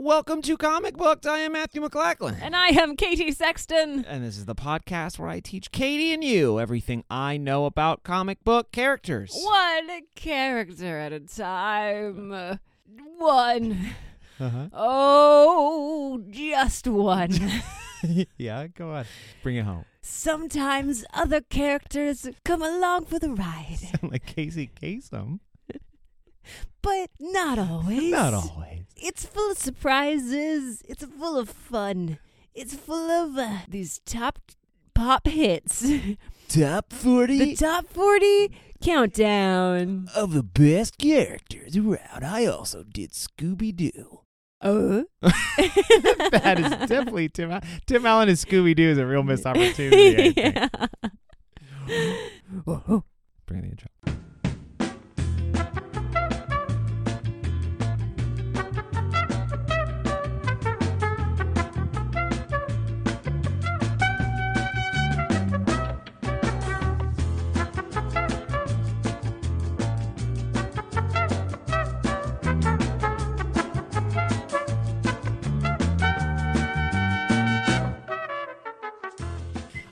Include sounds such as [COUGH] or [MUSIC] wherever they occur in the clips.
Welcome to Comic Booked. I am Matthew McLachlan. And I am Katie Sexton. And this is the podcast where I teach Katie and you everything I know about comic book characters. One character at a time. One. Uh-huh. Oh, [LAUGHS] just one. Uh-huh. yeah, go on. Bring it home. [LAUGHS] Sometimes other characters come along for the ride, Sound like Casey Kasem. but not always. Not always. It's full of surprises. It's full of fun. It's full of uh, these top pop [LAUGHS] hits. Top the 40 top 40 countdown. of the best characters around. I also did Scooby Doo. Uh. [LAUGHS] that is [LAUGHS] definitely Tim. Al- Tim Allen and Scooby Doo is a real [LAUGHS] missed opportunity. [LAUGHS] I think. Bring the intro.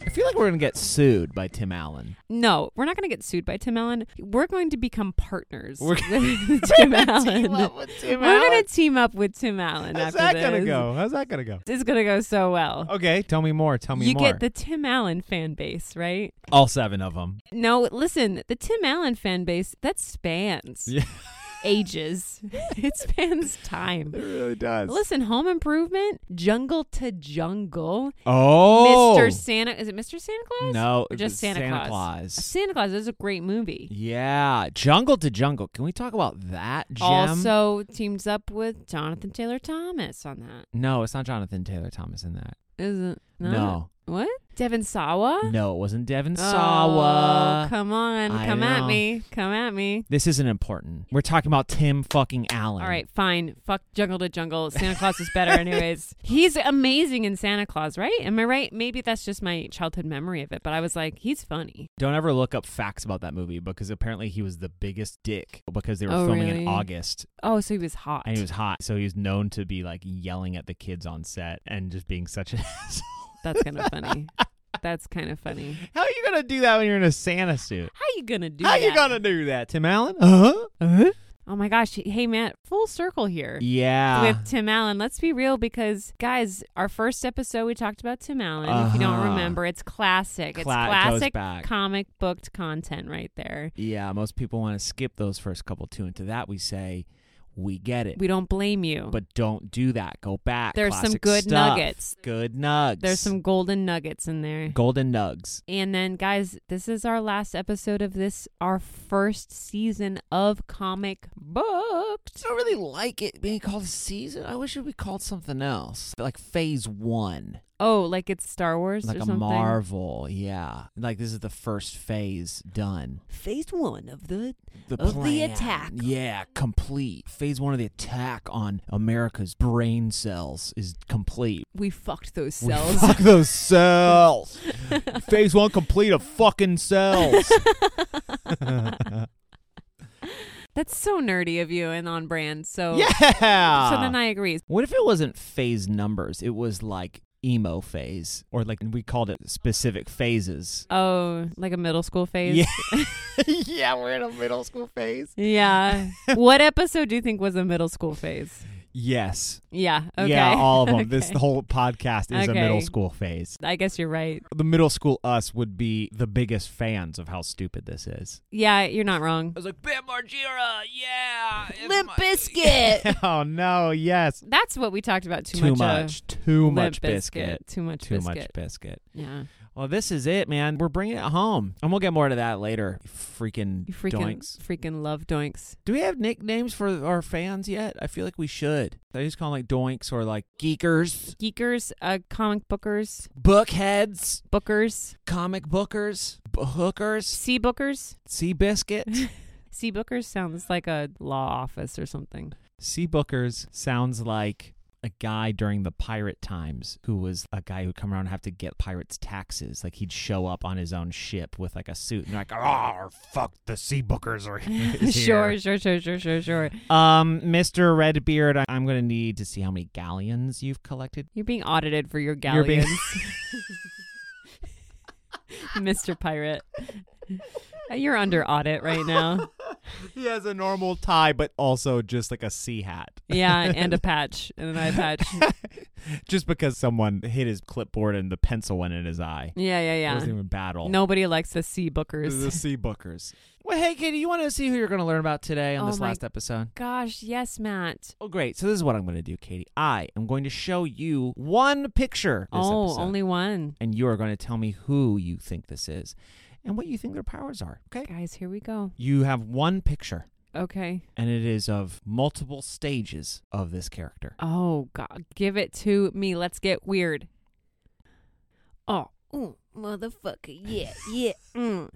I feel like we're gonna get sued by Tim Allen. No, we're not going to get sued by Tim Allen. We're going to become partners We're with [LAUGHS] [LAUGHS] Tim Allen. Team up with Tim We're Allen. going to team up with Tim Allen How's after that this. gonna go? How's that gonna go? It's going to go so well. Okay, tell me more. Tell me you more. get the Tim Allen fan base, right? All seven of them. No, listen, the Tim Allen fan base, that spans Yeah. [LAUGHS] ages. [LAUGHS] it spans time. It really does. Listen, Home Improvement, Jungle to Jungle, Oh, Mr. Santa. Is it Mr. Santa Claus? No, Or just it's Santa, Santa Claus. Claus. Santa Claus is a great movie. Yeah, jungle to jungle. Can we talk about that gem? Also teams up with Jonathan Taylor Thomas on that. no, it's not Jonathan Taylor Thomas in that. Isn't No, What? Devin Sawa? no, it wasn't Devin Oh, Sawa. come on. I come know. at me. Come at me. This isn't important. We're talking about Tim fucking Allen. All right, fine. Fuck Jungle to Jungle. Santa Claus is [LAUGHS] better, anyways. He's amazing in Santa Claus, right? Am I right? Maybe that's just my childhood memory of it, but I was like, he's funny. Don't ever look up facts about that movie because apparently he was the biggest dick because they were Oh, filming really? in August Oh, so he was hot. and he was hot. So he was known to be like yelling at the kids on set and just being such an [LAUGHS] asshole. That's kind of funny. [LAUGHS] That's kind of funny. How are you going to do that when you're in a Santa suit? How you gonna do How that? you going to do that, Tim Allen? Uh-huh. Uh-huh. oh my gosh. Hey, Matt, full circle here. Yeah. with Tim Allen. Let's be real because, guys, our first episode we talked about Tim Allen. If you don't Uh-huh. remember, it's classic. it's Cla- it goes classic back. comic booked content right there. yeah, most people want to skip those first couple too. And to that we say, we get it. We don't blame you. but don't do that. Go back. There's some Classic good stuff. nuggets. Good nugs. There's some golden nuggets in there. golden nugs. And then, guys, this is our last episode of this, our first season of Comic Booked. I don't really like it being called a season. I wish it would be called something else, like Phase One, Oh, like it's Star Wars like or a something. Marvel. Yeah, like this is the first phase done. Phase one of the The Of the plan. attack. Yeah, complete. Phase one of the attack on America's brain cells is complete. we fucked those We cells. fuck those cells. phase one complete of fucking [LAUGHS] cells. [LAUGHS] Oh. That's so nerdy of you and on brand. So yeah. So then I agree. What if it wasn't phase numbers? It was like emo phase, or like we called it specific phases. Oh, like a middle school phase? Yeah. [LAUGHS] yeah, we're in a middle school phase. Yeah. [LAUGHS] what episode do you think was a middle school phase? Yes. Yeah. Okay. Yeah, all of them. [LAUGHS] This Okay. whole podcast is a middle Okay. school phase. I guess you're right. The middle school us would be the biggest fans of how stupid this is. Yeah, you're not wrong. was like, Bam Margera, yeah. Limp Biscuit. [LAUGHS] oh, no, yes. That's what we talked about too, Too much. of much. Too Limp much biscuit. Too much Too biscuit. much biscuit. Yeah. Well, this is it, man. We're bringing it home. And we'll get more to that later. You Freaking, You freaking doinks. freaking love doinks. Do we have nicknames for our fans yet? I feel like we should. I just call them like doinks or like geekers, Geekers, uh comic bookers, bookheads, bookers, comic bookers, b- hookers, sea bookers. sea biscuit. [LAUGHS] Sea bookers sounds like a law office or something. sea bookers sounds like a guy during the pirate times who was a guy who'd come around and have to get pirates' taxes. Like he'd show up on his own ship with like a suit and like, oh, fuck, the sea bookers are here. [LAUGHS] sure, sure, sure, sure, sure, sure. Um, Mr. Redbeard, I- I'm going to need to see how many galleons you've collected. You're being audited for your You're being- galleons, [LAUGHS] Mr. Pirate. Uh, You're under audit right now. [LAUGHS] he has a normal tie, but also just like a sea hat. Yeah, and a patch, and an eye patch. [LAUGHS] just because someone hit his clipboard and the pencil went in his eye. Yeah, It yeah, wasn't yeah. even battle. Nobody likes the sea The bookers. sea bookers. Well, hey, Katie, you want to see who you're going to learn about today on Oh this my- last episode? Gosh, yes, Matt. Oh, great. So this is what I'm going to do, Katie. I am going to show you one picture this Oh, episode. only one. And you are going to tell me who you think this is and what you think their powers are, okay? Guys, here we go. You have one picture, Okay. and it is of multiple stages of this character. Oh God, give it to me. Let's get weird. Oh, ooh, motherfucker, yeah, [LAUGHS] yeah. Mm.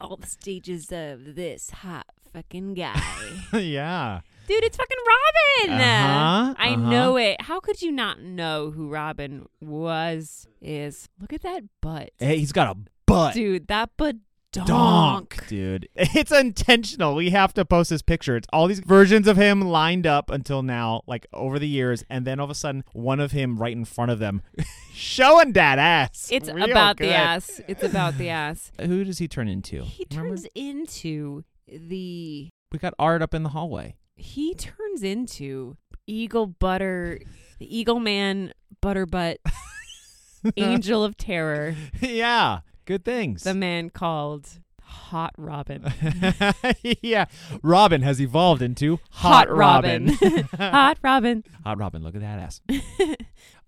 All the stages of this hot fucking guy, [LAUGHS] [LAUGHS] yeah. dude. It's fucking Robin. Uh-huh, I uh-huh. know it. How could you not know who Robin was? Is look at that butt, Hey, he's got a butt. dude. That butt donk, donk. dude. [LAUGHS] It's intentional. We have to post this picture. It's all these versions of him lined up until now, like over the years, and then all of a sudden, one of him right in front of them, [LAUGHS] showing that ass. It's Real about good. the ass. It's about [LAUGHS] the ass. Who does he turn into? He Remember? turns into the We got Art up in the [LAUGHS] hallway. he turns into Eagle Butter, the Eagle Man [LAUGHS] Butterbutt, Angel of Terror, yeah, good things. [LAUGHS] the man called Hot Robin. yeah, Robin has evolved into Hot, Hot Robin. [LAUGHS] Hot Robin. [LAUGHS] Hot Robin. Look at that [LAUGHS] ass.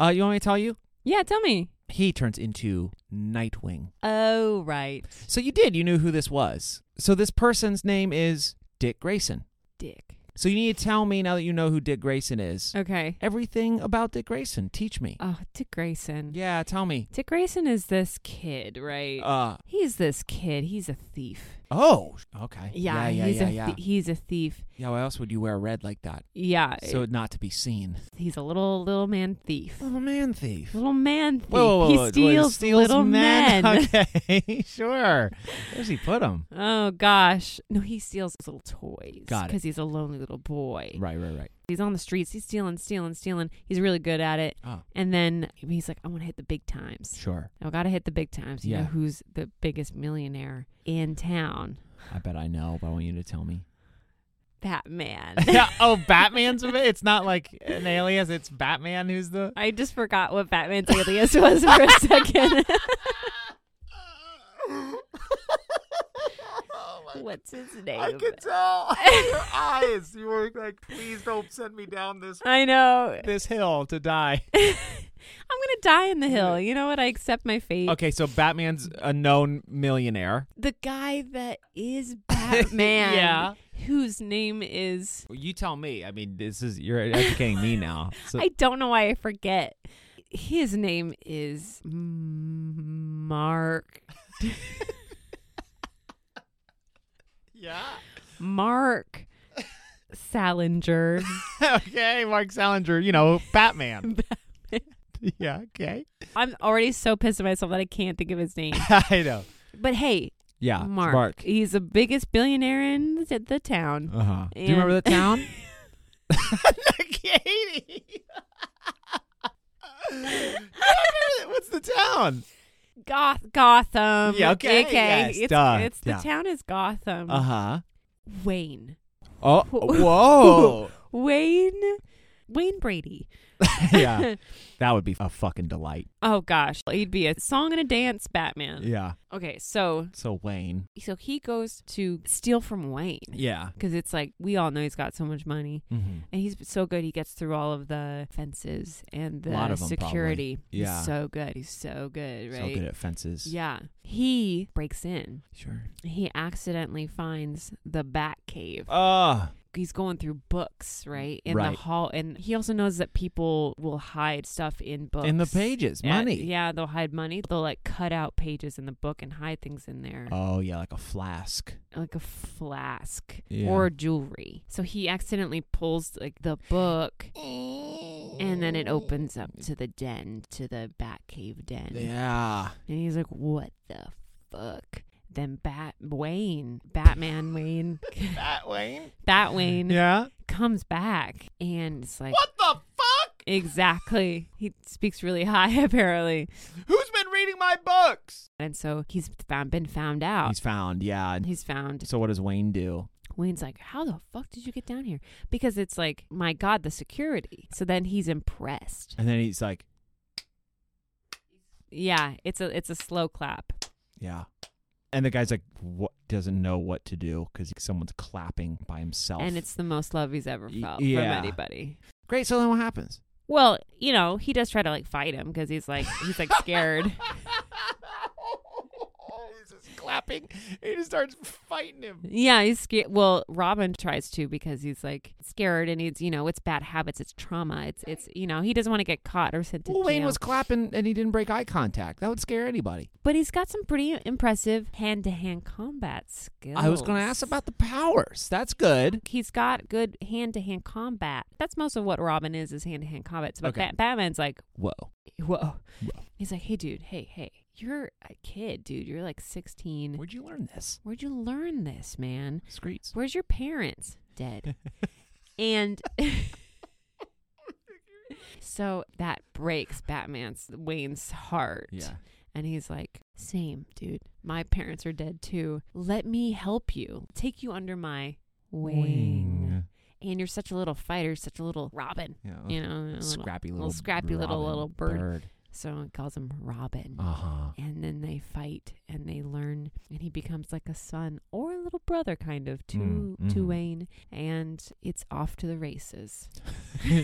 uh, you want me to tell you? Yeah, tell me. He turns into Nightwing. Oh, right. So you did. You knew who this was. So this person's name is Dick Grayson. Dick. So you need to tell me now that you know who Dick Grayson is. Okay. Everything about Dick Grayson. Teach me. Oh, Dick Grayson. yeah, tell me. Dick Grayson is this kid, right? Uh he's this kid. He's a thief. oh. Okay. Yeah, Yeah. he's yeah. a yeah. thi- he's a thief. yeah. Why else would you wear red like that? Yeah. So not to be seen. he's a little little Oh, man thief. Little man thief. Little man thief. Whoa, whoa, whoa, whoa, he steals, little [LAUGHS] men. Okay, sure. Where's he put him? [LAUGHS] Oh gosh. No, he steals his little toys. Got it. Because he's a lonely little boy. Right, right, right. He's on the streets. He's stealing, stealing, stealing. He's really good at it. Oh, And then he's like, I want to hit the big times. sure. I got to hit the big times. You know Yeah. who's the biggest millionaire in town? I bet I know, but I want you to tell me. Batman. [LAUGHS] yeah. [LAUGHS] Oh, [LAUGHS] Batman's of it. It's not like an alias. It's Batman who's the. I just forgot what Batman's alias was for a [LAUGHS] second. [LAUGHS] What's his name? tell [LAUGHS] your eyes. You were like, please don't send me down this I know. this hill to die. I'm going to die in the hill. You know what? I accept my fate. [LAUGHS] Okay, so Batman's a known millionaire. the guy that [LAUGHS] is Batman, Yeah. whose name is Well, you tell me. I mean, this is you're educating me now. So I don't know why I forget. His name is Mark [LAUGHS] yeah. Mark [LAUGHS] Salinger. okay, Mark Salinger. You know, [LAUGHS] Batman. [LAUGHS] yeah. Okay. [LAUGHS] I'm already so pissed at myself that I can't think of his name. I know. But hey, Yeah. Mark, Uh, Mark. he's the biggest billionaire in the, the town. Uh huh. Do you And- remember the [LAUGHS] town? [LAUGHS] Katie. [LAUGHS] What's the town? Goth Gotham. Yeah, okay, yes, it's duh, it's the yeah. town is Gotham. Uh huh. Wayne. Oh, [LAUGHS] Whoa. [LAUGHS] whoa. [LAUGHS] [LAUGHS] Wayne Wayne Brady. yeah. That would be a fucking delight. [LAUGHS] Oh gosh, he'd be a song and a dance Batman. Yeah. Okay, so So Wayne. so he goes to steal from Wayne Yeah. because it's like we all know he's got so much money Mm-hmm. and he's so good. He gets through all of the fences and the Lot of 'em, security. probably. Yeah. he's so good. He's so good, right? So good at fences. Yeah, he breaks in. Sure. He accidentally finds the Bat Cave. Ah. he's going through books, right? In Right. the hall and he also knows that people will hide stuff in books. in the pages, Yeah, money. Yeah, they'll hide money. They'll like cut out pages in the book and hide things in there. Oh yeah, like a flask. like a flask Yeah. or jewelry. So he accidentally pulls like the book [LAUGHS] and then it opens up to the den, to the Batcave den. Yeah. And he's like, "What the fuck?" Then Bat Wayne, Batman Wayne, [LAUGHS] That Wayne. Bat Wayne Yeah. comes back and it's like What the fuck? exactly. He speaks really high [LAUGHS] apparently, Who's been reading my books? and so he's found been found out. He's found. Yeah. He's, found. So what does Wayne do? Wayne's like, "How the fuck did you get down here?" Because it's like, my God, the security. So then he's impressed. And then he's like, Yeah, it's a it's a slow clap. yeah. And the guy's like, what? Doesn't know what to do because someone's clapping by himself. And it's the most love he's ever Y- felt from yeah. anybody. great. So then what happens? Well, you know, he does try to like fight him because he's like he's like scared. [LAUGHS] he's just clapping. He just starts fighting him. yeah, he's scared. Well, Robin tries to because he's like scared and he's you know it's bad habits, it's trauma, it's it's you know he doesn't want to get caught or sent to Well, Wayne jail. was clapping and he didn't break eye contact. That would scare anybody. but he's got some pretty impressive hand to hand combat skills. I was going to ask about the powers. That's good. He's got good hand to hand combat. That's most of what Robin is is hand to hand combat. So, but Okay. Bat- Batman's like, Whoa. whoa. Whoa. He's like, hey, dude, hey, hey, you're a kid, dude. You're like 16. Where'd you learn this? Where'd you learn this, man? Streets. [LAUGHS] Where's your parents? Dead. and [LAUGHS] so that breaks Batman's Wayne's heart. Yeah. And he's like, same, dude. My parents are dead too. Let me help you. Take you under my wing. And you're such a little fighter, such a little Robin. Yeah. You know, a little- scrappy little, little scrappy little- robin little bird. So he calls him Robin. Uh huh. [LAUGHS] and then they fight and they learn and he becomes like a son or a little brother kind of to Mm, to mhm. Wayne and it's off to the races.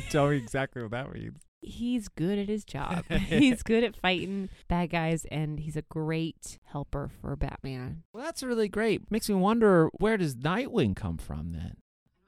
Tell me exactly what that means. He's good at [LAUGHS] his job. [LAUGHS] he's good at fighting bad guys and he's a great helper for Batman. Well, that's really great. Makes me wonder where does Nightwing come from then?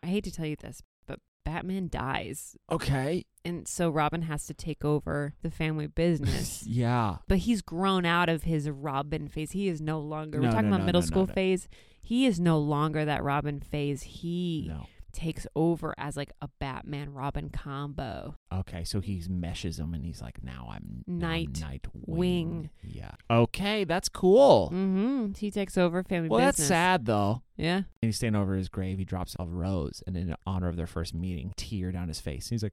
I hate to tell you this, but Batman dies Okay. and so Robin has to take over the family business. [LAUGHS] yeah. But he's grown out of his Robin phase. He is no longer. No, we're talking no, about no, middle no, no, school no. phase. He is no longer that Robin phase. He No. takes over as like a Batman Robin combo. Okay, so he meshes them and he's like, now I'm now I'm Night Nightwing. Wing. Yeah. Okay, that's cool. Mm-hmm. He takes over family Well, business. that's sad though. Yeah. And he's standing over his grave. He drops a rose, and in honor of their first meeting, tear down his face. He's like,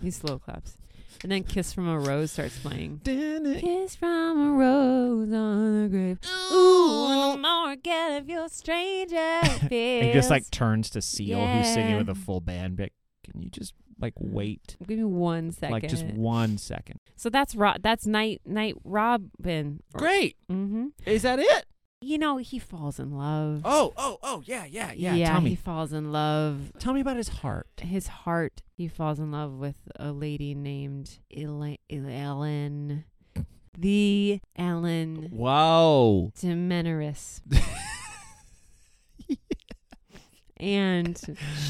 He slow claps. And then Kiss from a Rose [LAUGHS] starts playing. "Didn't Kiss from a rose on the grave. Ooh, no more get of [LAUGHS] your stranger fears. And just like turns to Seal, who's singing Yeah. with a full band. But Can you just like wait, Give me one second. like just one second? so that's Ro- that's night night Robin. Great. Mm-hmm. Is that it? You know he falls in love. Oh, oh, oh, yeah, yeah, yeah tell he me, falls in love. tell me about his heart. his heart, he falls in love with a lady named Ela- Ellen, the Ellen [LAUGHS] Whoa. Demeneris. And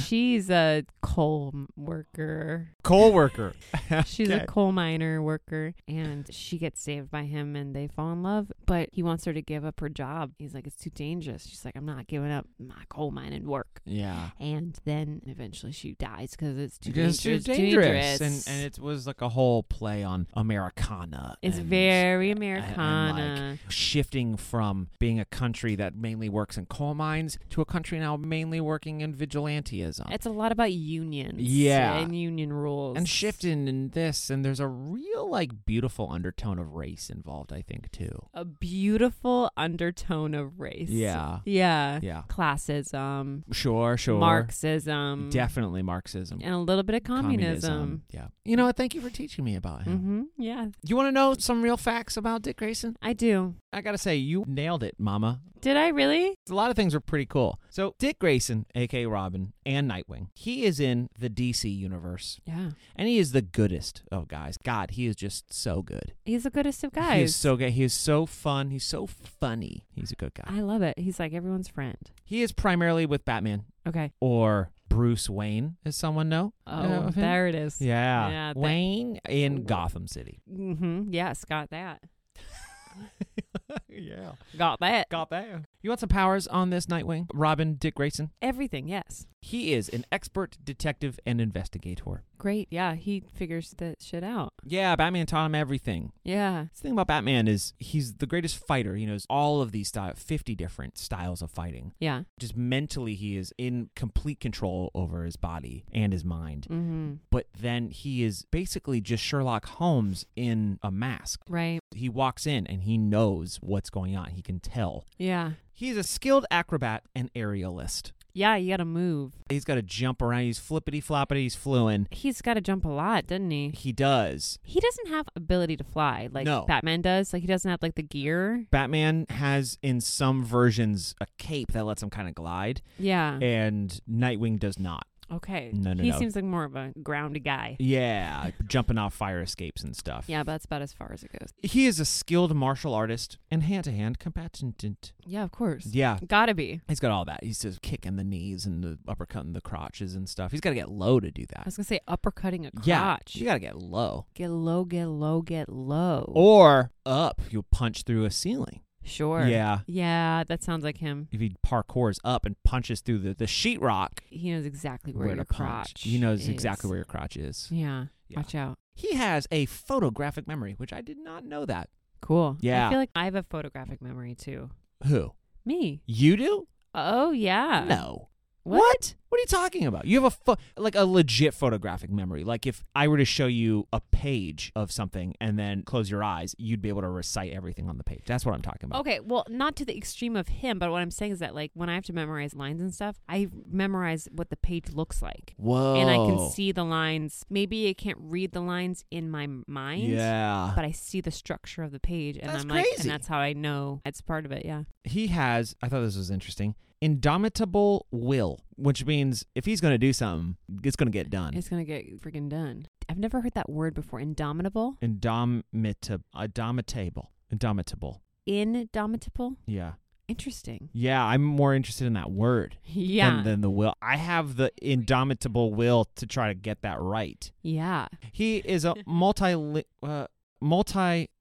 she's a coal m- worker. coal worker. [LAUGHS] She's Okay. a coal miner worker. And she gets saved by him and they fall in love. But he wants her to give up her job. He's like, it's too dangerous. She's like, I'm not giving up my coal mining work. Yeah. And then eventually she dies because it's too Because it's dangerous. dangerous. And, and it was like a whole play on Americana. It's and very like, Americana. Shifting from being a country that mainly works in coal mines to a country now mainly working in vigilantism. it's a lot about unions. Yeah. And union rules. and shifting in this, and there's a real, like, beautiful undertone of race involved, I think, too. A beautiful undertone of race. Yeah. Yeah. Yeah. Classism, Sure, sure. Marxism, Definitely Marxism. and a little bit of communism. Yeah. You know what? Thank you for teaching me about him. hmm Yeah, You want to know some real facts about Dick Grayson? I do. I got to say, you nailed it, mama. Did I really? A lot of things are pretty cool. So, Dick Grayson, aka Robin, and Nightwing, he is in the DC universe, Yeah. and he is the goodest of guys. God, he is just so good. He's the goodest of He is guys. so good. He is so fun. He's so funny. He's a good guy. I love it. He's like everyone's friend. He is primarily with Batman Okay. or Bruce Wayne, as someone know. Oh, know of him? there it is. Yeah, Yeah, that- Wayne in Gotham [LAUGHS] City. Mm-hmm. Yes, got that. yeah, Got that. got that. You want some powers on this Nightwing? Robin Dick Grayson. Everything. Yes. He is an expert detective and investigator. Great. Yeah, he figures that shit out. Yeah, Batman taught him everything. Yeah. The thing about Batman is he's the greatest fighter. He knows all of these style, 50 different styles of fighting. Yeah. Just mentally, he is in complete control over his body and his mind. Mm-hmm. But then he is basically just Sherlock Holmes in a mask. Right. He walks in and he knows what's going on. He can tell. Yeah. He's a skilled acrobat and aerialist. Yeah, you got to move. He's got to jump around. He's flippity floppity. He's fluent. He's got to jump a lot, doesn't he? He does. He doesn't have ability to fly like No. Batman does. Like he doesn't have like the gear. Batman has, in some versions, a cape that lets him kind of glide, Yeah. and Nightwing does not. Okay. No, no, he no. seems like more of a grounded guy. Yeah, jumping off fire escapes and stuff. Yeah, but that's about as far as it goes. He is a skilled martial artist and hand to hand combatant. Yeah, of course. Yeah. Gotta be. He's got all that. He's just kicking the knees and the uppercut and the crotches and stuff. He's got to get low to do I that. was gonna say uppercutting a Yeah. Oh, crotch. You got to get low. Get low, get low, get low. Or up, you'll punch through a ceiling. Sure. Yeah. Yeah, that sounds like him. If he parkours up and punches through the, the sheetrock, He knows exactly where, your to punch. crotch. He knows is. exactly where your crotch is. Yeah, Yeah. Watch out. He has a photographic memory, which I did not know that. Cool. Yeah. I feel like I have a photographic memory too. Who? Me. You do? Oh yeah. no. What? What? What are you talking about? You have a pho- like a legit photographic memory. Like if I were to show you a page of something and then close your eyes, you'd be able to recite everything on the page. That's what I'm talking about. Okay, well, not to the extreme of him, but what I'm saying is that, like, when I have to memorize lines and stuff, I memorize what the page looks like. Whoa. And I Oh. can see the lines. Maybe I can't read the lines in my mind, Yeah. but I see the structure of the page. And That's I'm like, crazy. and that's how I know it's part of it. Yeah. he has, I thought this was interesting, indomitable will, which means if he's going to do something, it's going to get done. It's going to get freaking done. I've never heard that word before. Indomitable? Indomitable. Indomitable. Indomitable. Indomitable? Yeah. Interesting. [LAUGHS] Yeah, I'm more interested in that word. Yeah. and then the will. I have the indomitable will to try to get that right. yeah. He is [LAUGHS] a multi uh,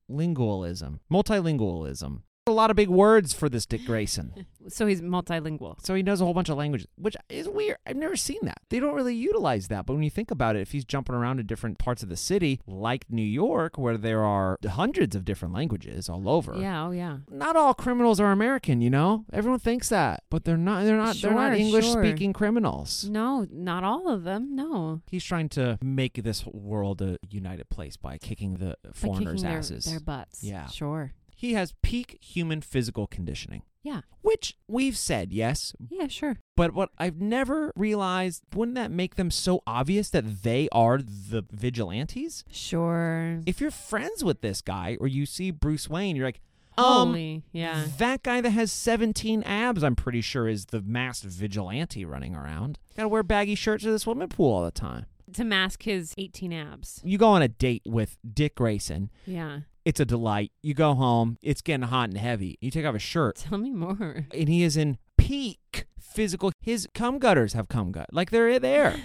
multilingualism. Multilingualism. A lot of big words for this Dick [LAUGHS] Grayson. So he's multilingual. So he knows a whole bunch of languages, which is weird. I've never seen that. They don't really utilize that. But when you think about it, if he's jumping around to different parts of the city, like New York, where there are hundreds of different languages all over. Yeah. Oh, yeah. Not all criminals are American, you know. Everyone thinks that, but they're not. They're not. they're not Sure, English speaking criminals. No, not all of them. No. He's trying to make this world a united place by kicking the By kicking foreigners' their- asses. Their butts. Yeah. Sure. He has peak human physical conditioning, Yeah. which we've said, yes, Yeah, sure. but what I've never realized, wouldn't that make them so obvious that they are the vigilantes? Sure. If you're friends with this guy or you see Bruce Wayne, you're like, um, Holy. yeah. That guy that has 17 abs, I'm pretty sure, is the masked vigilante running around. Gotta wear baggy shirts to the swimming pool all the time. To mask his 18 abs. You go on a date with Dick Grayson, Yeah. [LAUGHS] it's a delight. You go home, it's getting hot and heavy. You take off his shirt, Tell me more. and he is in peak physical. His cum gutters have cum gut. Like they're [LAUGHS] there.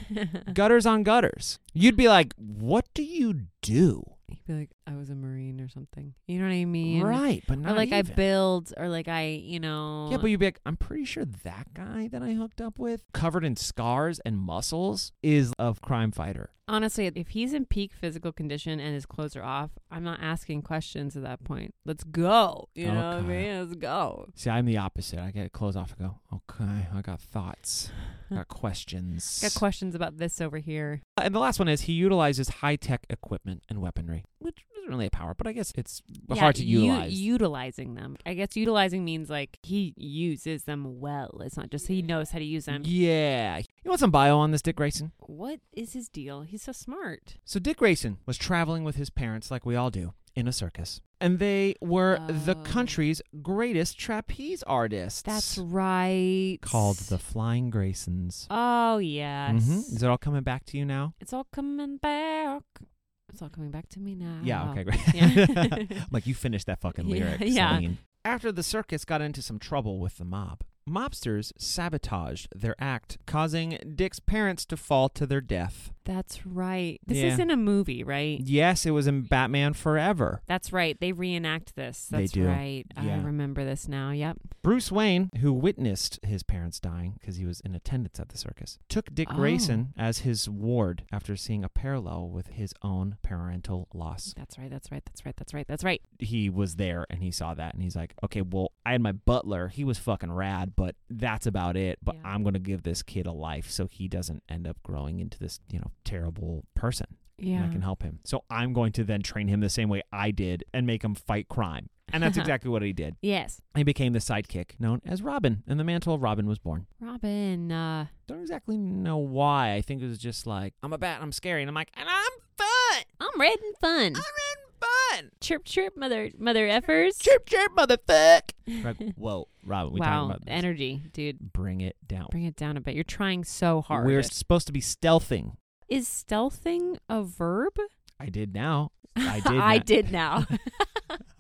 gutters on gutters. You'd be like, what do you do? He'd be like, I was a Marine or something. You know what I mean? right, but Or not like I even. build or like I, you know. Yeah, but you'd be like, I'm pretty sure that guy that I hooked up with, covered in scars and muscles, is a crime fighter. honestly, if he's in peak physical condition and his clothes are off, I'm not asking questions at that point. Let's go. You know what I Okay. mean? Let's go. See, I'm the opposite. I get clothes off and go, okay, I got [SIGHS] thoughts, I got questions. Got questions about this over here. And the last one is he utilizes high tech equipment and weaponry, which isn't really a power, but I guess it's Yeah, hard to u- utilize. utilizing them. I guess utilizing means like he uses them well. It's not just he knows how to use them. yeah. You want some bio on this Dick Grayson? What is his deal? He's so smart. So, Dick Grayson was traveling with his parents, like we all do, in a circus. And they were the Oh. country's greatest trapeze artists. That's right. called the Flying Graysons. Oh yes. Mhm. Is it all coming back to you now? It's all coming back. It's all coming back to me now. Yeah, okay, great. Oh. [LAUGHS] Yeah. [LAUGHS] I'm like, you finished that fucking Yeah, lyric. yeah. Celine. After the circus got into some trouble with the mob, mobsters sabotaged their act, causing Dick's parents to fall to their death. That's right. This Yeah. isn't a movie, right? Yes, it was in Batman Forever. That's right. They reenact this. They That's do. right. I Yeah. remember this now. Yep. Bruce Wayne, who witnessed his parents dying because he was in attendance at the circus, took Dick Oh. Grayson as his ward after seeing a parallel with his own parental loss. That's right. That's right. That's right. That's right. That's right. He was there and he saw that and he's like, okay, well, I had my butler. He was fucking rad, but that's about it. But Yeah. I'm going to give this kid a life so he doesn't end up growing into this, you know, terrible person. and Yeah. I can help him. So I'm going to then train him the same way I did and make him fight crime. And [LAUGHS] that's exactly what he did. Yes. He became the sidekick known as Robin, and the mantle of Robin was born. Robin. Uh, Don't exactly know why. I think it was just like, I'm a bat, I'm scary, and I'm like, and I'm fun! I'm red and I'm fun. in fun! chirp, chirp, mother, mother effers. Chirp, chirp, [LAUGHS] motherfuck! Like, whoa, Robin, we wow. talking about this. Energy, dude. Bring it down. Bring it down a bit. You're trying so hard. We're supposed to be stealthing. Is stealthing a verb? I did now. I did. [LAUGHS] I now. did now.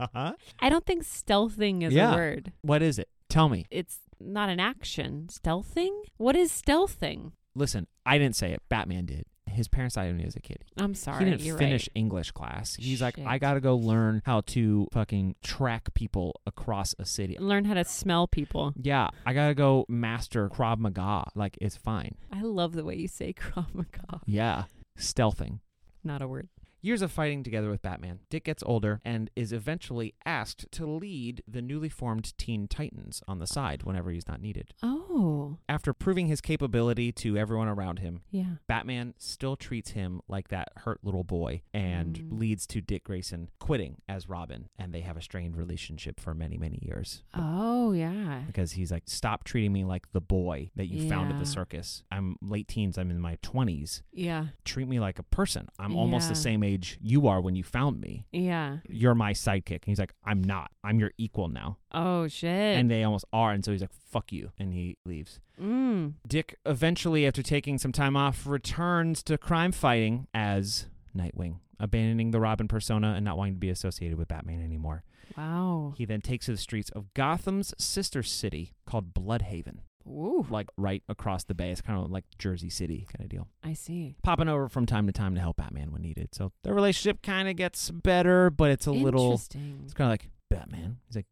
Uh-huh. I don't think stealthing is Yeah. a word. What is it? Tell me. It's not an action. Stealthing? What is stealthing? Listen, I didn't say it. Batman did. His parents died when he was a kid. I'm sorry. he didn't you're finish right. English class. He's like, I Shit. gotta go learn how to fucking track people across a city. Learn how to smell people. Yeah, I gotta go master Krav Maga. Like, it's fine. I love the way you say [LAUGHS] Krav Maga. Yeah, stealthing. Not a word. Years of fighting together with Batman, Dick gets older and is eventually asked to lead the newly formed Teen Titans on the side whenever he's not needed. Oh, After proving his capability to everyone around him, yeah. Batman still treats him like that hurt little boy and Mm. leads to Dick Grayson quitting as Robin. And they have a strained relationship for many, many years Oh, yeah. because he's like, Stop treating me like the boy that you found at Yeah. the circus. I'm late teens, I'm in my 20s. Yeah. Treat me like a person. I'm almost the Yeah. same age you are when you found me. Yeah. You're my sidekick. And he's like, I'm not. I'm your equal now. Oh, shit. And they almost are. And so he's like, Fuck you. And he leaves. mm. Dick eventually, after taking some time off, returns to crime fighting as Nightwing, abandoning the Robin persona and not wanting to be associated with Batman anymore. Wow. He then takes to the streets of Gotham's sister city called Bloodhaven, Ooh, like right across the bay. It's kind of like Jersey City kind of deal. I see. Popping over from time to time to help Batman when needed. So their relationship kind of gets better, but it's a little. Interesting. It's kind of like Batman. He's like,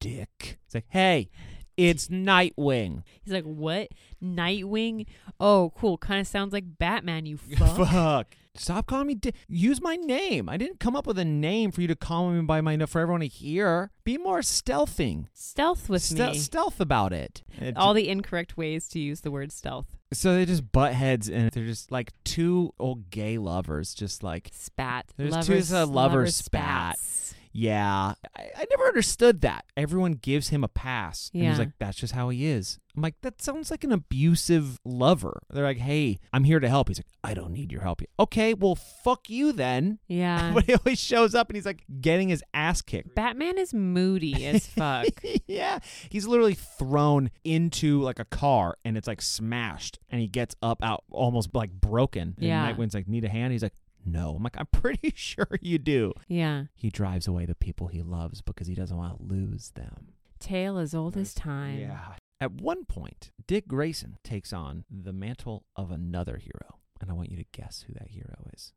Dick. It's like, hey, it's Nightwing. He's like, what? Nightwing? Oh, cool. Kind of sounds like [LAUGHS] Batman, you [LAUGHS] fuck. Fuck. Stop calling me. Di- Use my name. I didn't come up with a name for you to call me by my for everyone to hear. Be more stealthing. Stealth with Ste- me. Stealth about it. All the incorrect ways to use the word stealth. so they just butt heads and they're just like two old gay lovers, just like Spat. There's two- lovers, it's a lover lover spat. [LAUGHS] spats. yeah. I, I never understood that. Everyone gives him a pass. And Yeah. he's like, that's just how he is. I'm like, that sounds like an abusive lover. They're like, hey, I'm here to help. He's like, I don't need your help. Okay, well, fuck you then. Yeah. [LAUGHS] but he always shows up and he's like getting his ass kicked. [LAUGHS] Batman is moody as fuck. yeah. He's literally thrown into like a car and it's like smashed and he gets up out almost like broken. And Yeah. Nightwing's like, need a hand? He's like, no. I'm like, I'm pretty [LAUGHS] sure you do. yeah. He drives away the people he loves because he doesn't want to lose them. Tale as old as time. Yeah. At one point, Dick Grayson takes on the mantle of another hero. And I want you to guess who that hero is.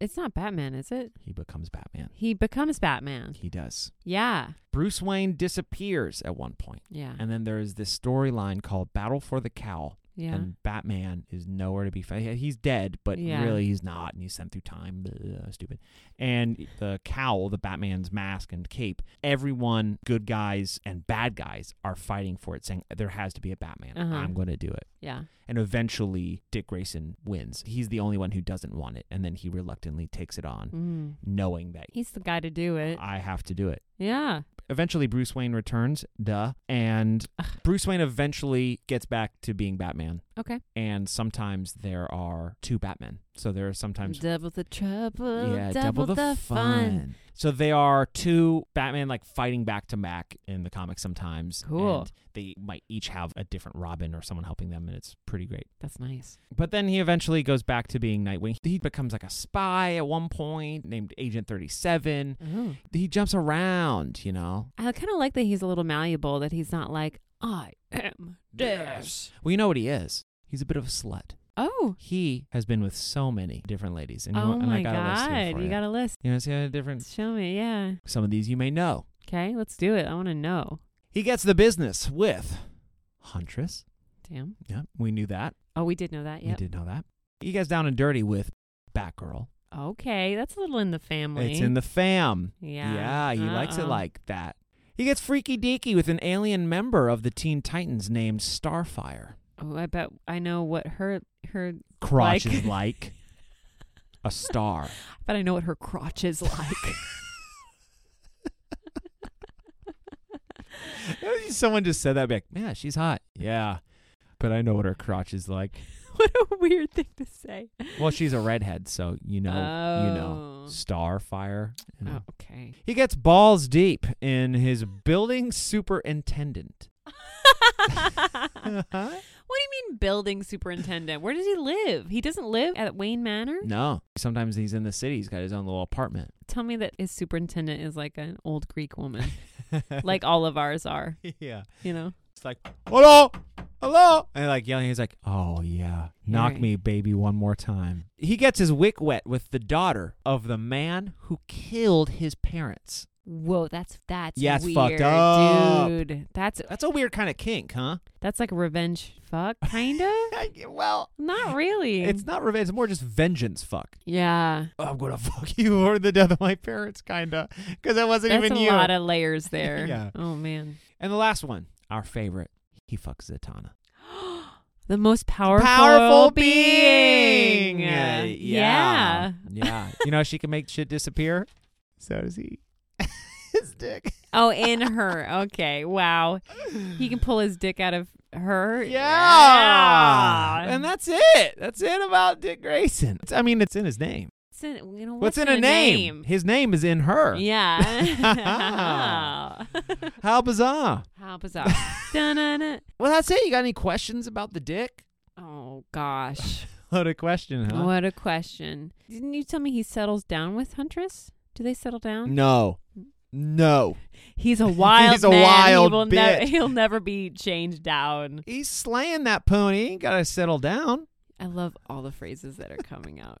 It's not Batman, is it? He becomes Batman. He becomes Batman. He does. Yeah. Bruce Wayne disappears at one point. Yeah. And then there is this storyline called Battle for the Cowl. Yeah. And Batman is nowhere to be found. He- He's dead, but Yeah. really he's not. And he's sent through time. Blah, stupid. And the cowl, the Batman's mask and cape, everyone, good guys and bad guys, are fighting for it, saying, there has to be a Batman. Uh-huh. I'm going to do it. yeah. And eventually, Dick Grayson wins. He's the only one who doesn't want it. And then he reluctantly takes it on, Mm. Eh. knowing that He's the guy to do it. I have to do it Yeah. eventually Bruce Wayne returns, duh, and Bruce Wayne eventually gets back to being Batman. Okay. And sometimes there are two Batmen. So there are sometimes Double the trouble. yeah, double, the, fun. So they are two Batman like fighting back to back in the comics sometimes. Cool. And they might each have a different Robin or someone helping them and it's pretty great. That's nice. But then he eventually goes back to being Nightwing. He becomes like a spy at one point named Agent 37. Oh. He jumps around, you know. I kind of like that he's a little malleable, that he's not like, I am Dash. Well, you know what he is? He's a bit of a slut. Oh. He has been with so many different ladies. And, you Oh want- and my I got a list here god. for You got a list. you know, see how different. Show me. Yeah. Some of these you may know. Okay. Let's do it. I want to know. He gets the business with Huntress. Damn. Yep, we knew that. Oh, we did know that. We Yep. did know that. He gets down and dirty with Batgirl. Okay. That's a little in the family. It's in the fam. Yeah. he likes it Uh-uh. like that. He gets freaky deaky with an alien member of the Teen Titans named Starfire. Oh, I bet I know what her her. Crotch Like- is like a star. [LAUGHS] I bet I know what her crotch is like. [LAUGHS] Someone just said that back. Yeah, she's hot. Yeah. But I know what her crotch is like. what a weird thing to say. Well, she's a redhead, so you know, you know, Oh. Starfire. you know. Oh, okay. He gets balls deep in his building superintendent. [LAUGHS] what do you mean building superintendent? Where does he live? He doesn't live at Wayne Manor? No. Sometimes he's in the city. He's got his own little apartment. Tell me that his superintendent is like an old Greek [LAUGHS] woman, [LAUGHS] like all of ours are, [LAUGHS] yeah. you know? It's like, hello, hello. And like yelling, he's like, oh, yeah, knock Right. me, baby, one more time. He gets his wick wet with the daughter of the man who killed his parents. Whoa, that's that's Yeah, it's weird, fucked up. dude. That's That's a weird kind of kink, huh? that's like revenge fuck kind of? [LAUGHS] well, [LAUGHS] Not really. it's not revenge. It's more just vengeance fuck. yeah. I'm going to [LAUGHS] fuck you. you were the death of my parents, kinda, because it wasn't That's even a you. lot of layers there. Yeah. Oh man. And the last one, our favorite. He fucks Zatanna. The most powerful, being. Uh, yeah. yeah. [LAUGHS] Yeah. you know, she can make shit [LAUGHS] disappear. so does he. His dick. Oh, in her. Okay. Wow. He can pull his dick out of her. Yeah. Yeah. And that's it. That's it about Dick Grayson. It's- I mean, it's in his name. What's in, you know, What's, what's in, a name? His name is in her. [LAUGHS] Yeah. How [LAUGHS] bizarre. How bizarre. Ah. Dun-dun-dun. Well, that's it. You got any questions about the dick? Oh gosh. What a question, huh? What a question. Didn't you tell me he settles down with Huntress? Do they settle down? No. No. [LAUGHS] He's a wild He's a man. wild he will bitch. never [LAUGHS] he'll never be chained down. He's slaying that pony. He ain't got to settle down. [LAUGHS] I love all the phrases that are coming [LAUGHS] out.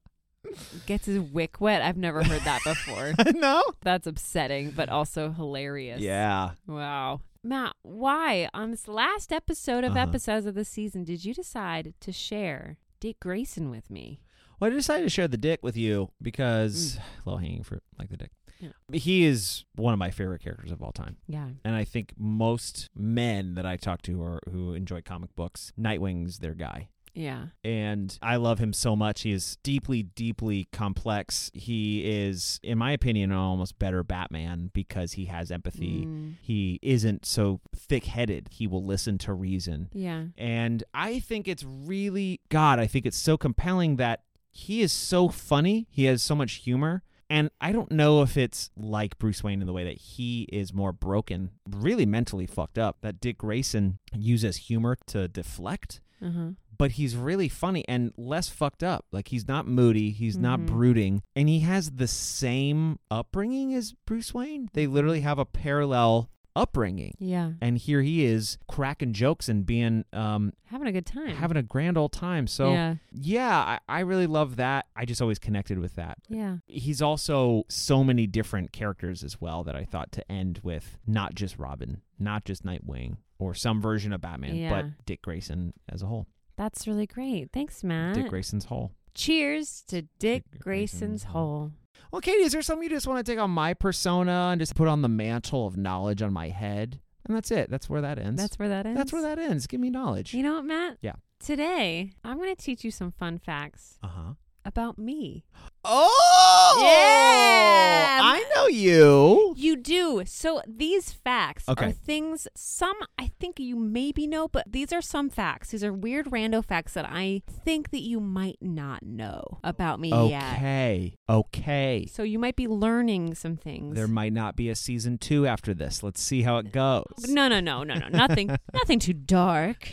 Gets his wick wet. I've never heard that before. no? That's upsetting, but also hilarious. Yeah. Wow. Matt, why on this last episode of Uh-huh. episodes of the season did you decide to share Dick Grayson with me? Well, I decided to share the dick with you because [SIGHS] low hanging fruit, like the dick. Mm. Yeah. He is one of my favorite characters of all time. Yeah. And I think most men that I talk to or who enjoy comic books, Nightwing's their guy. Yeah. And I love him so much. He is deeply, deeply complex. He is, in my opinion, an almost better Batman because he has empathy. Mm. He isn't so thick headed. He will listen to reason. Yeah. And I think it's really, God, I think it's so compelling that he is so funny. He has so much humor. And I don't know if it's like Bruce Wayne in the way that he is more broken, really mentally fucked up, that Dick Grayson uses humor to deflect. Uh-huh. But he's really funny and less fucked up. Like he's not moody, he's not Mhm. brooding, and he has the same upbringing as Bruce Wayne. They literally have a parallel upbringing. Yeah. And here he is cracking jokes and being um, Having a good time. having a grand old time. So yeah, Hmm. yeah. I, I really love that. I just always connected with that. Yeah. He's also so many different characters as well that I thought to end with not just Robin, not just Nightwing or some version of Batman, Yeah. but Dick Grayson as a whole. That's really great. Thanks, Matt. Dick Grayson's whole. Cheers to Dick Dick Grayson's Grayson's hole. Well, Katie, is there something you just want to take on my persona and just put on the mantle of knowledge on my head? And that's it. That's where that ends. That's where that ends. that's where that ends. Give me knowledge. You know what, Matt? Yeah. Today, I'm going to teach you some fun facts Uh huh. about me. Oh, Yeah! I know you. You do. So these facts Okay. are things some I think you maybe know, but these are some facts. These are weird rando facts that I think that you might not know about me yet. Okay. Okay. So you might be learning some things. There might not be a season two after this. Let's see how it goes. no, no, no, no, [LAUGHS] no. Nothing nothing too dark.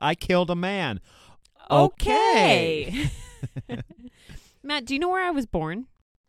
I killed a man. Okay. [LAUGHS] [LAUGHS] Matt, do you know where I was born?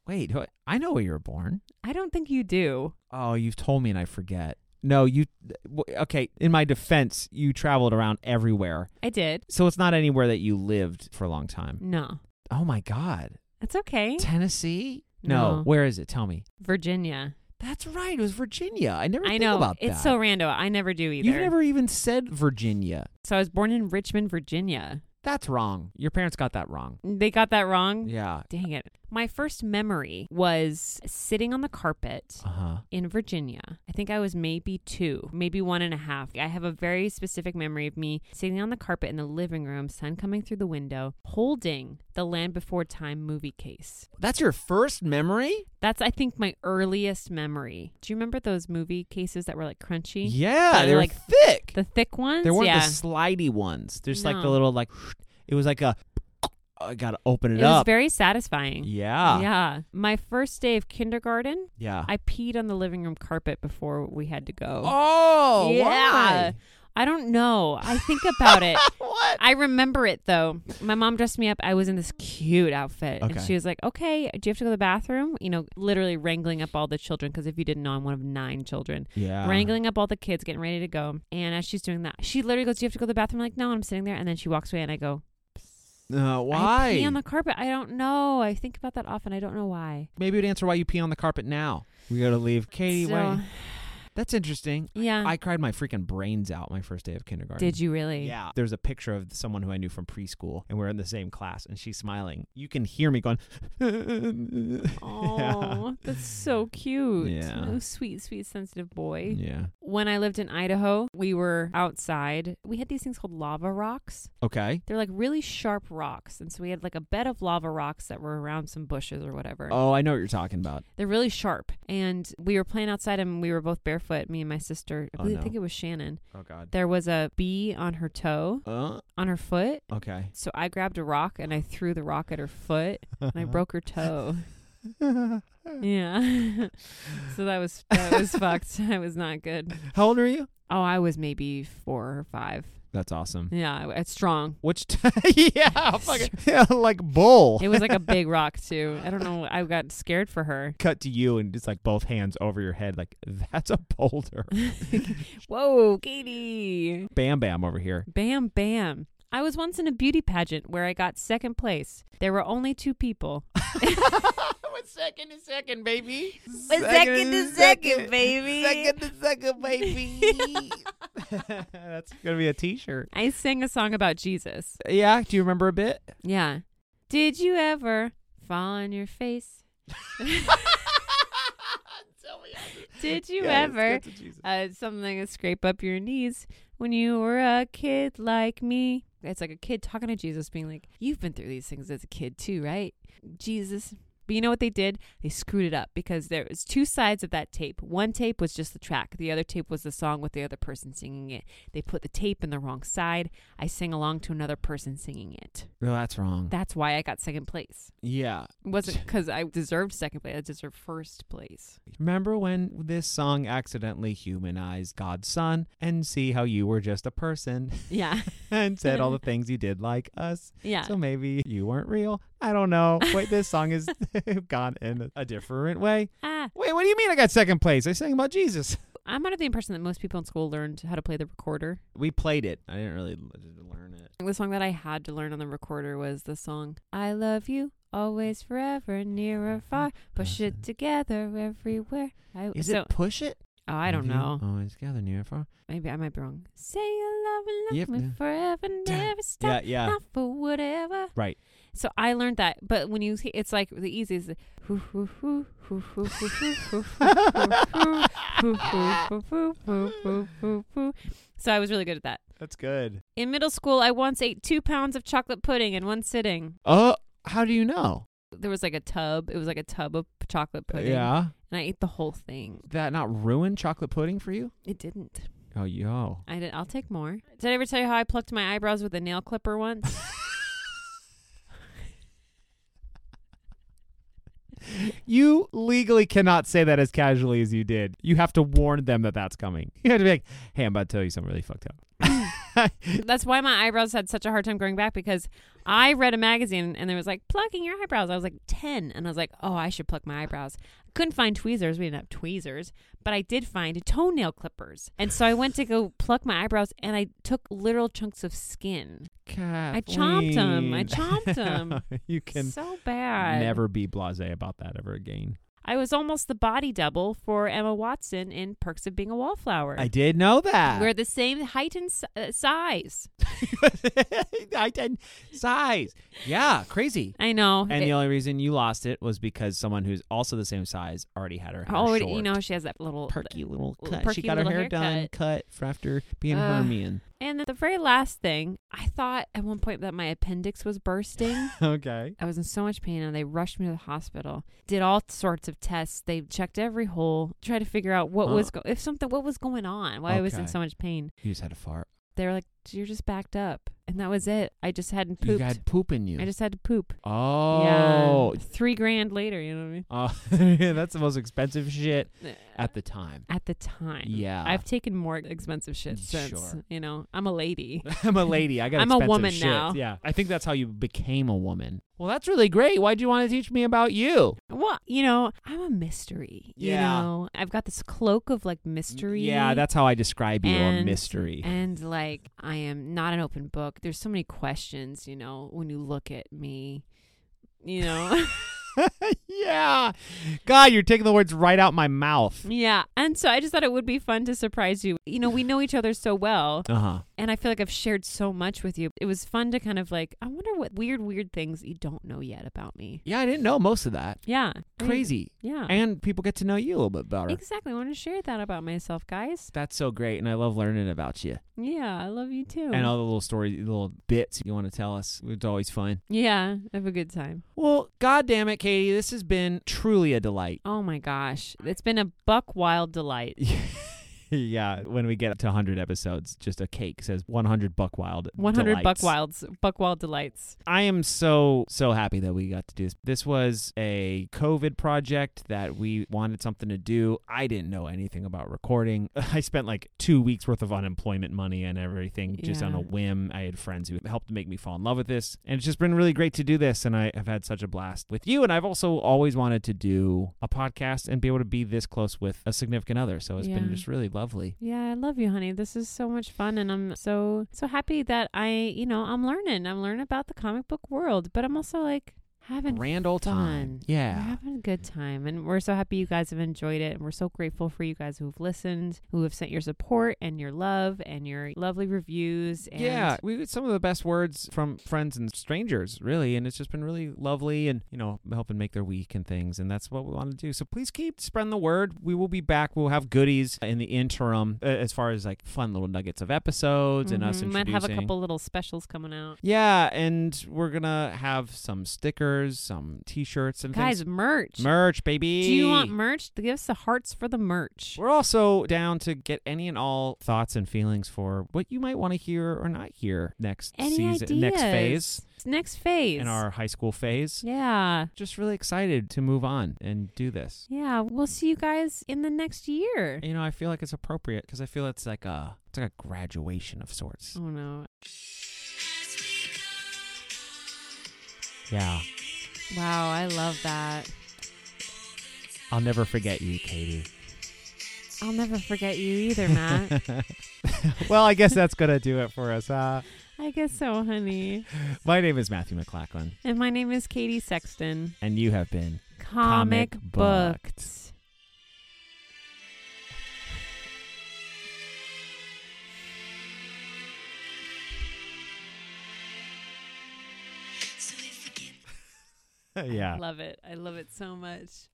Wait, wh- I know where you were born. I don't think you do. Oh, you've told me and I forget. No, you. w- Okay, in my defense, you traveled around everywhere. I did. So it's not anywhere that you lived for a long time. No, Oh my God. that's okay. Tennessee? No. No. Where is it? Tell me. Virginia. That's right. It was Virginia. I never I think know about that. it's so rando. I never do either. You've never even said Virginia. So I was born in Richmond, Virginia. That's wrong. Your parents got that wrong. They got that wrong. Yeah. Dang it. My first memory was sitting on the carpet Uh huh. in Virginia. I think I was maybe two, maybe one and a half. I have a very specific memory of me sitting on the carpet in the living room, sun coming through the window, holding the Land Before Time movie case. That's your first memory? That's, I think, my earliest memory. Do you remember those movie cases that were like crunchy? Yeah. They're They were like- thick. The thick ones? They weren't yeah. the slidey ones. There's like the No. little, like, it was like a, I got to open it, it was up. very satisfying. yeah. Yeah. My first day of kindergarten, Yeah. I peed on the living room carpet before we had to go. oh, yeah. why? I don't know. I think [LAUGHS] about it. what? I remember it though. My mom dressed me up. I was in this cute outfit, Okay. and she was like, "Okay, do you have to go to the bathroom?" You know, literally wrangling up all the children because if you didn't know, I'm one of nine children, Yeah. wrangling up all the kids, getting ready to go. And as she's doing that, she literally goes, "Do you have to go to the bathroom?" I'm like, no. And I'm sitting there, and then she walks away, and I go, Uh, "I pee why? on the carpet." I don't know. I think about that often. I don't know why. Maybe it would answer why you pee on the carpet now. We gotta leave. Katie, So, wait. That's interesting. yeah. I cried my freaking brains out my first day of kindergarten. Did you really? Yeah. There's a picture of someone who I knew from preschool, and we're in the same class, and she's smiling. You can hear me going. [LAUGHS] Oh, that's so cute. Yeah. Oh, sweet, sweet, sensitive boy. yeah. When I lived in Idaho, we were outside. We had these things called lava rocks. Okay. They're like really sharp rocks. And so we had like a bed of lava rocks that were around some bushes or whatever. Oh, I know what you're talking about. They're really sharp. And we were playing outside and we were both barefoot, me and my sister. I, Oh, believe, no. I think it was Shannon. Oh God. There was a bee on her toe, Uh. on her foot. Okay. So I grabbed a rock and I threw the rock at her foot and [LAUGHS] I broke her toe. Yeah. [LAUGHS] so that was that [LAUGHS] was fucked. I was not good. [LAUGHS] How old are you? Oh, I was maybe four or five. That's awesome. Yeah, I- it's strong. Which? T- [LAUGHS] yeah. Fucking, yeah. Like bull. It was like a big rock too. I don't know. I got scared for her. Cut to you, and it's like both hands over your head, like that's a [LAUGHS] boulder. Whoa, Katie! Bam, bam over [LAUGHS] [LAUGHS] here. Bam, bam. I was once in a beauty pageant where I got second place. There were only two people. With second to second, baby. With [LAUGHS] second to second, baby. Second to second, baby. [LAUGHS] That's gonna be a T-shirt. I sang a song about Jesus. Yeah. Do you remember a [LAUGHS] bit? Yeah. Did you ever fall on your face? Did you ever uh, something to scrape up your knees when you were a kid like me. It's like a kid talking to Jesus, being like, You've been through these things as a kid too, right? Jesus. But you know what they did? They screwed it up because there was two sides of that tape. One tape was just the track. The other tape was the song with the other person singing it. They put the tape in the wrong side. I sang along to another person singing it. No, that's wrong. That's why I got second place. yeah. It wasn't because I deserved second place. I deserved first place. [LAUGHS] Remember when this song accidentally humanized God's son and see how you were just a person [LAUGHS] Yeah. and said [LAUGHS] all the things you did like us. Yeah. So maybe you weren't real. I don't know. Wait, this song is [LAUGHS] gone in a different way. ah. Wait, what do you mean I got second place? I sang about Jesus. I'm under the impression that most people in school learned how to play the recorder. We played it. I didn't really learn it. The song that I had to learn on the recorder was the song "I Love You." Always, forever, near or far, push it together everywhere. I, Is so, it push it? Oh, I don't Have you know. Always gather near and far. Maybe I might be wrong. Say you love and love Yep, me yeah. forever, never stop, Yeah, yeah. not for whatever. Right. So I learned that, but when you, see- it's like the easiest. hoo, hoo, hoo, hoo, hoo, hoo, hoo, hoo, hoo, hoo, hoo, hoo, hoo, hoo, hoo, [LAUGHS] hoo, hoo. So I was really good at that. That's good. In middle school, I once ate two pounds of chocolate pudding in one sitting. Oh, how do you know? There was like a tub. It was like a tub of p- chocolate pudding. Yeah. And I ate the whole thing. That not ruin chocolate pudding for you? It didn't. Oh, yo. I did. I'll take more. Did I ever tell you how I plucked my eyebrows with a nail clipper once? You legally cannot say that as [LAUGHS] casually as you did. You have to warn them that that's coming. You have to be like, hey, I'm about to tell you something really fucked up. That's why my eyebrows had such a hard time growing back because I read a magazine and there was like plucking your eyebrows. I was like 10 and I was like, "Oh, I should pluck my eyebrows." I couldn't find tweezers. We didn't have tweezers, but I did find toenail clippers. And so I went to go pluck my eyebrows and I took literal chunks of skin. I chomped 'em. I chomped 'em. you [LAUGHS] can so bad. never be blasé about that ever again. I was almost the body double for Emma Watson in Perks of Being a Wallflower. I did know that. We're the same height and si- uh, size. [LAUGHS] I didn't size. Yeah, crazy. I know. And It- the only reason you lost it was because someone who's also the same size already had her hair already, short. Oh, you know, she has that little perky little l- cut. perky she got her little hair done, haircut. cut for after being Ugh. [LAUGHS] Hermione. And then the very last thing, I thought at one point that my appendix [GASPS] was bursting. Okay. I was in so much pain and they rushed me to the hospital. Did all sorts of tests. They checked every hole, tried to figure out what Huh. was go- if something what was going on, why I was in Okay. so much pain. You just had a fart. They were like, "You're just backed up." And that was it. I just hadn't You pooped. had poop in you. I just had to poop. oh. Yeah. 3 grand later, you know what I mean? Oh, [LAUGHS] that's the most expensive shit at the time. [LAUGHS] at the time. Yeah. I've taken more expensive shit since, Sure. you know, I'm a lady. I'm a lady. I got. I'm a expensive woman shit. now. Yeah, I think that's how you became a woman. Well, that's really great. Why'd you want to teach me about you? Well, you know, I'm a mystery. Yeah. You know, I've got this cloak of like mystery. Yeah, that's how I describe you. a And- mystery. And like, I am not an open book. There's so many questions, you know, when you look at me, you [LAUGHS] know. [LAUGHS] [LAUGHS] yeah. God, you're taking the words right out my mouth. yeah. And so I just thought it would be fun to surprise you. You know, we know each other so well. Uh huh. And I feel like I've shared so much with you. It was fun to kind of like, I wonder what weird, weird things you don't know yet about me. Yeah, I didn't know most of that. Yeah. I mean, Crazy. Yeah. And people get to know you a little bit better. Exactly. I want to share that about myself, guys. That's so great, and I love learning about you Yeah, I love you too. and uh, all the little stories, little bits you want to tell us. It's always fun. yeah, have a good time. Well, God damn it, Katie, this has been truly a delight. [LAUGHS] Oh my gosh, it's been a buck wild delight. yeah, when we get to 100 episodes, just a cake says 100 buck wild. 100 buck delights. wilds, buck wild delights. I am so so happy that we got to do this. This was a COVID project that we wanted something to do. I didn't know anything about recording. [LAUGHS] I spent like 2 weeks worth of unemployment money and everything just on Yeah. a whim. I had friends who helped make me fall in love with this, and it's just been really great to do this and I have had such a blast with you and I've also always wanted to do a podcast and be able to be this close with a significant other. So it's been Yeah. just really lovely. Yeah, I love you, honey. This is so much fun, and I'm so so happy that I, you know, I'm learning. I'm learning about the comic book world, but I'm also like having Grand old time. fun. We're Yeah. having a good time, and we're so happy you guys have enjoyed it. And we're so grateful for you guys who've listened, who have sent your support and your love and your lovely reviews. And yeah, we got some of the best words from friends and strangers, really, and it's just been really lovely, and you know, helping make their week and things, and that's what we want to do. So please keep spreading the word. We will be back. We'll have goodies in the interim, uh, as far as like fun little nuggets of episodes and us Mhm. We might introducing. have a couple little specials coming out. Yeah, and we're gonna have some stickers, some T-shirts, and Guys, things. merch. merch, baby. Do you want merch? Give us the hearts for the merch. We're also down to get any and all thoughts and feelings for what you might want to hear or not hear next Any season, ideas? next phase Next phase. in our high school phase. yeah. Just really excited to move on and do this. Yeah. We'll see you guys in the next year. You know, I feel like it's appropriate because I feel it's like a it's like a graduation of sorts. Oh, no. Yeah, Wow. I love that. I'll never forget you, Katie. I'll never forget you either, [LAUGHS] Matt. well, I guess that's gonna do it for us. Huh? I guess so, honey. My name is Matthew McLachlan, And my name is Katie Sexton. and you have been. Comic, Comic booked. yeah. I love it. I love it so much.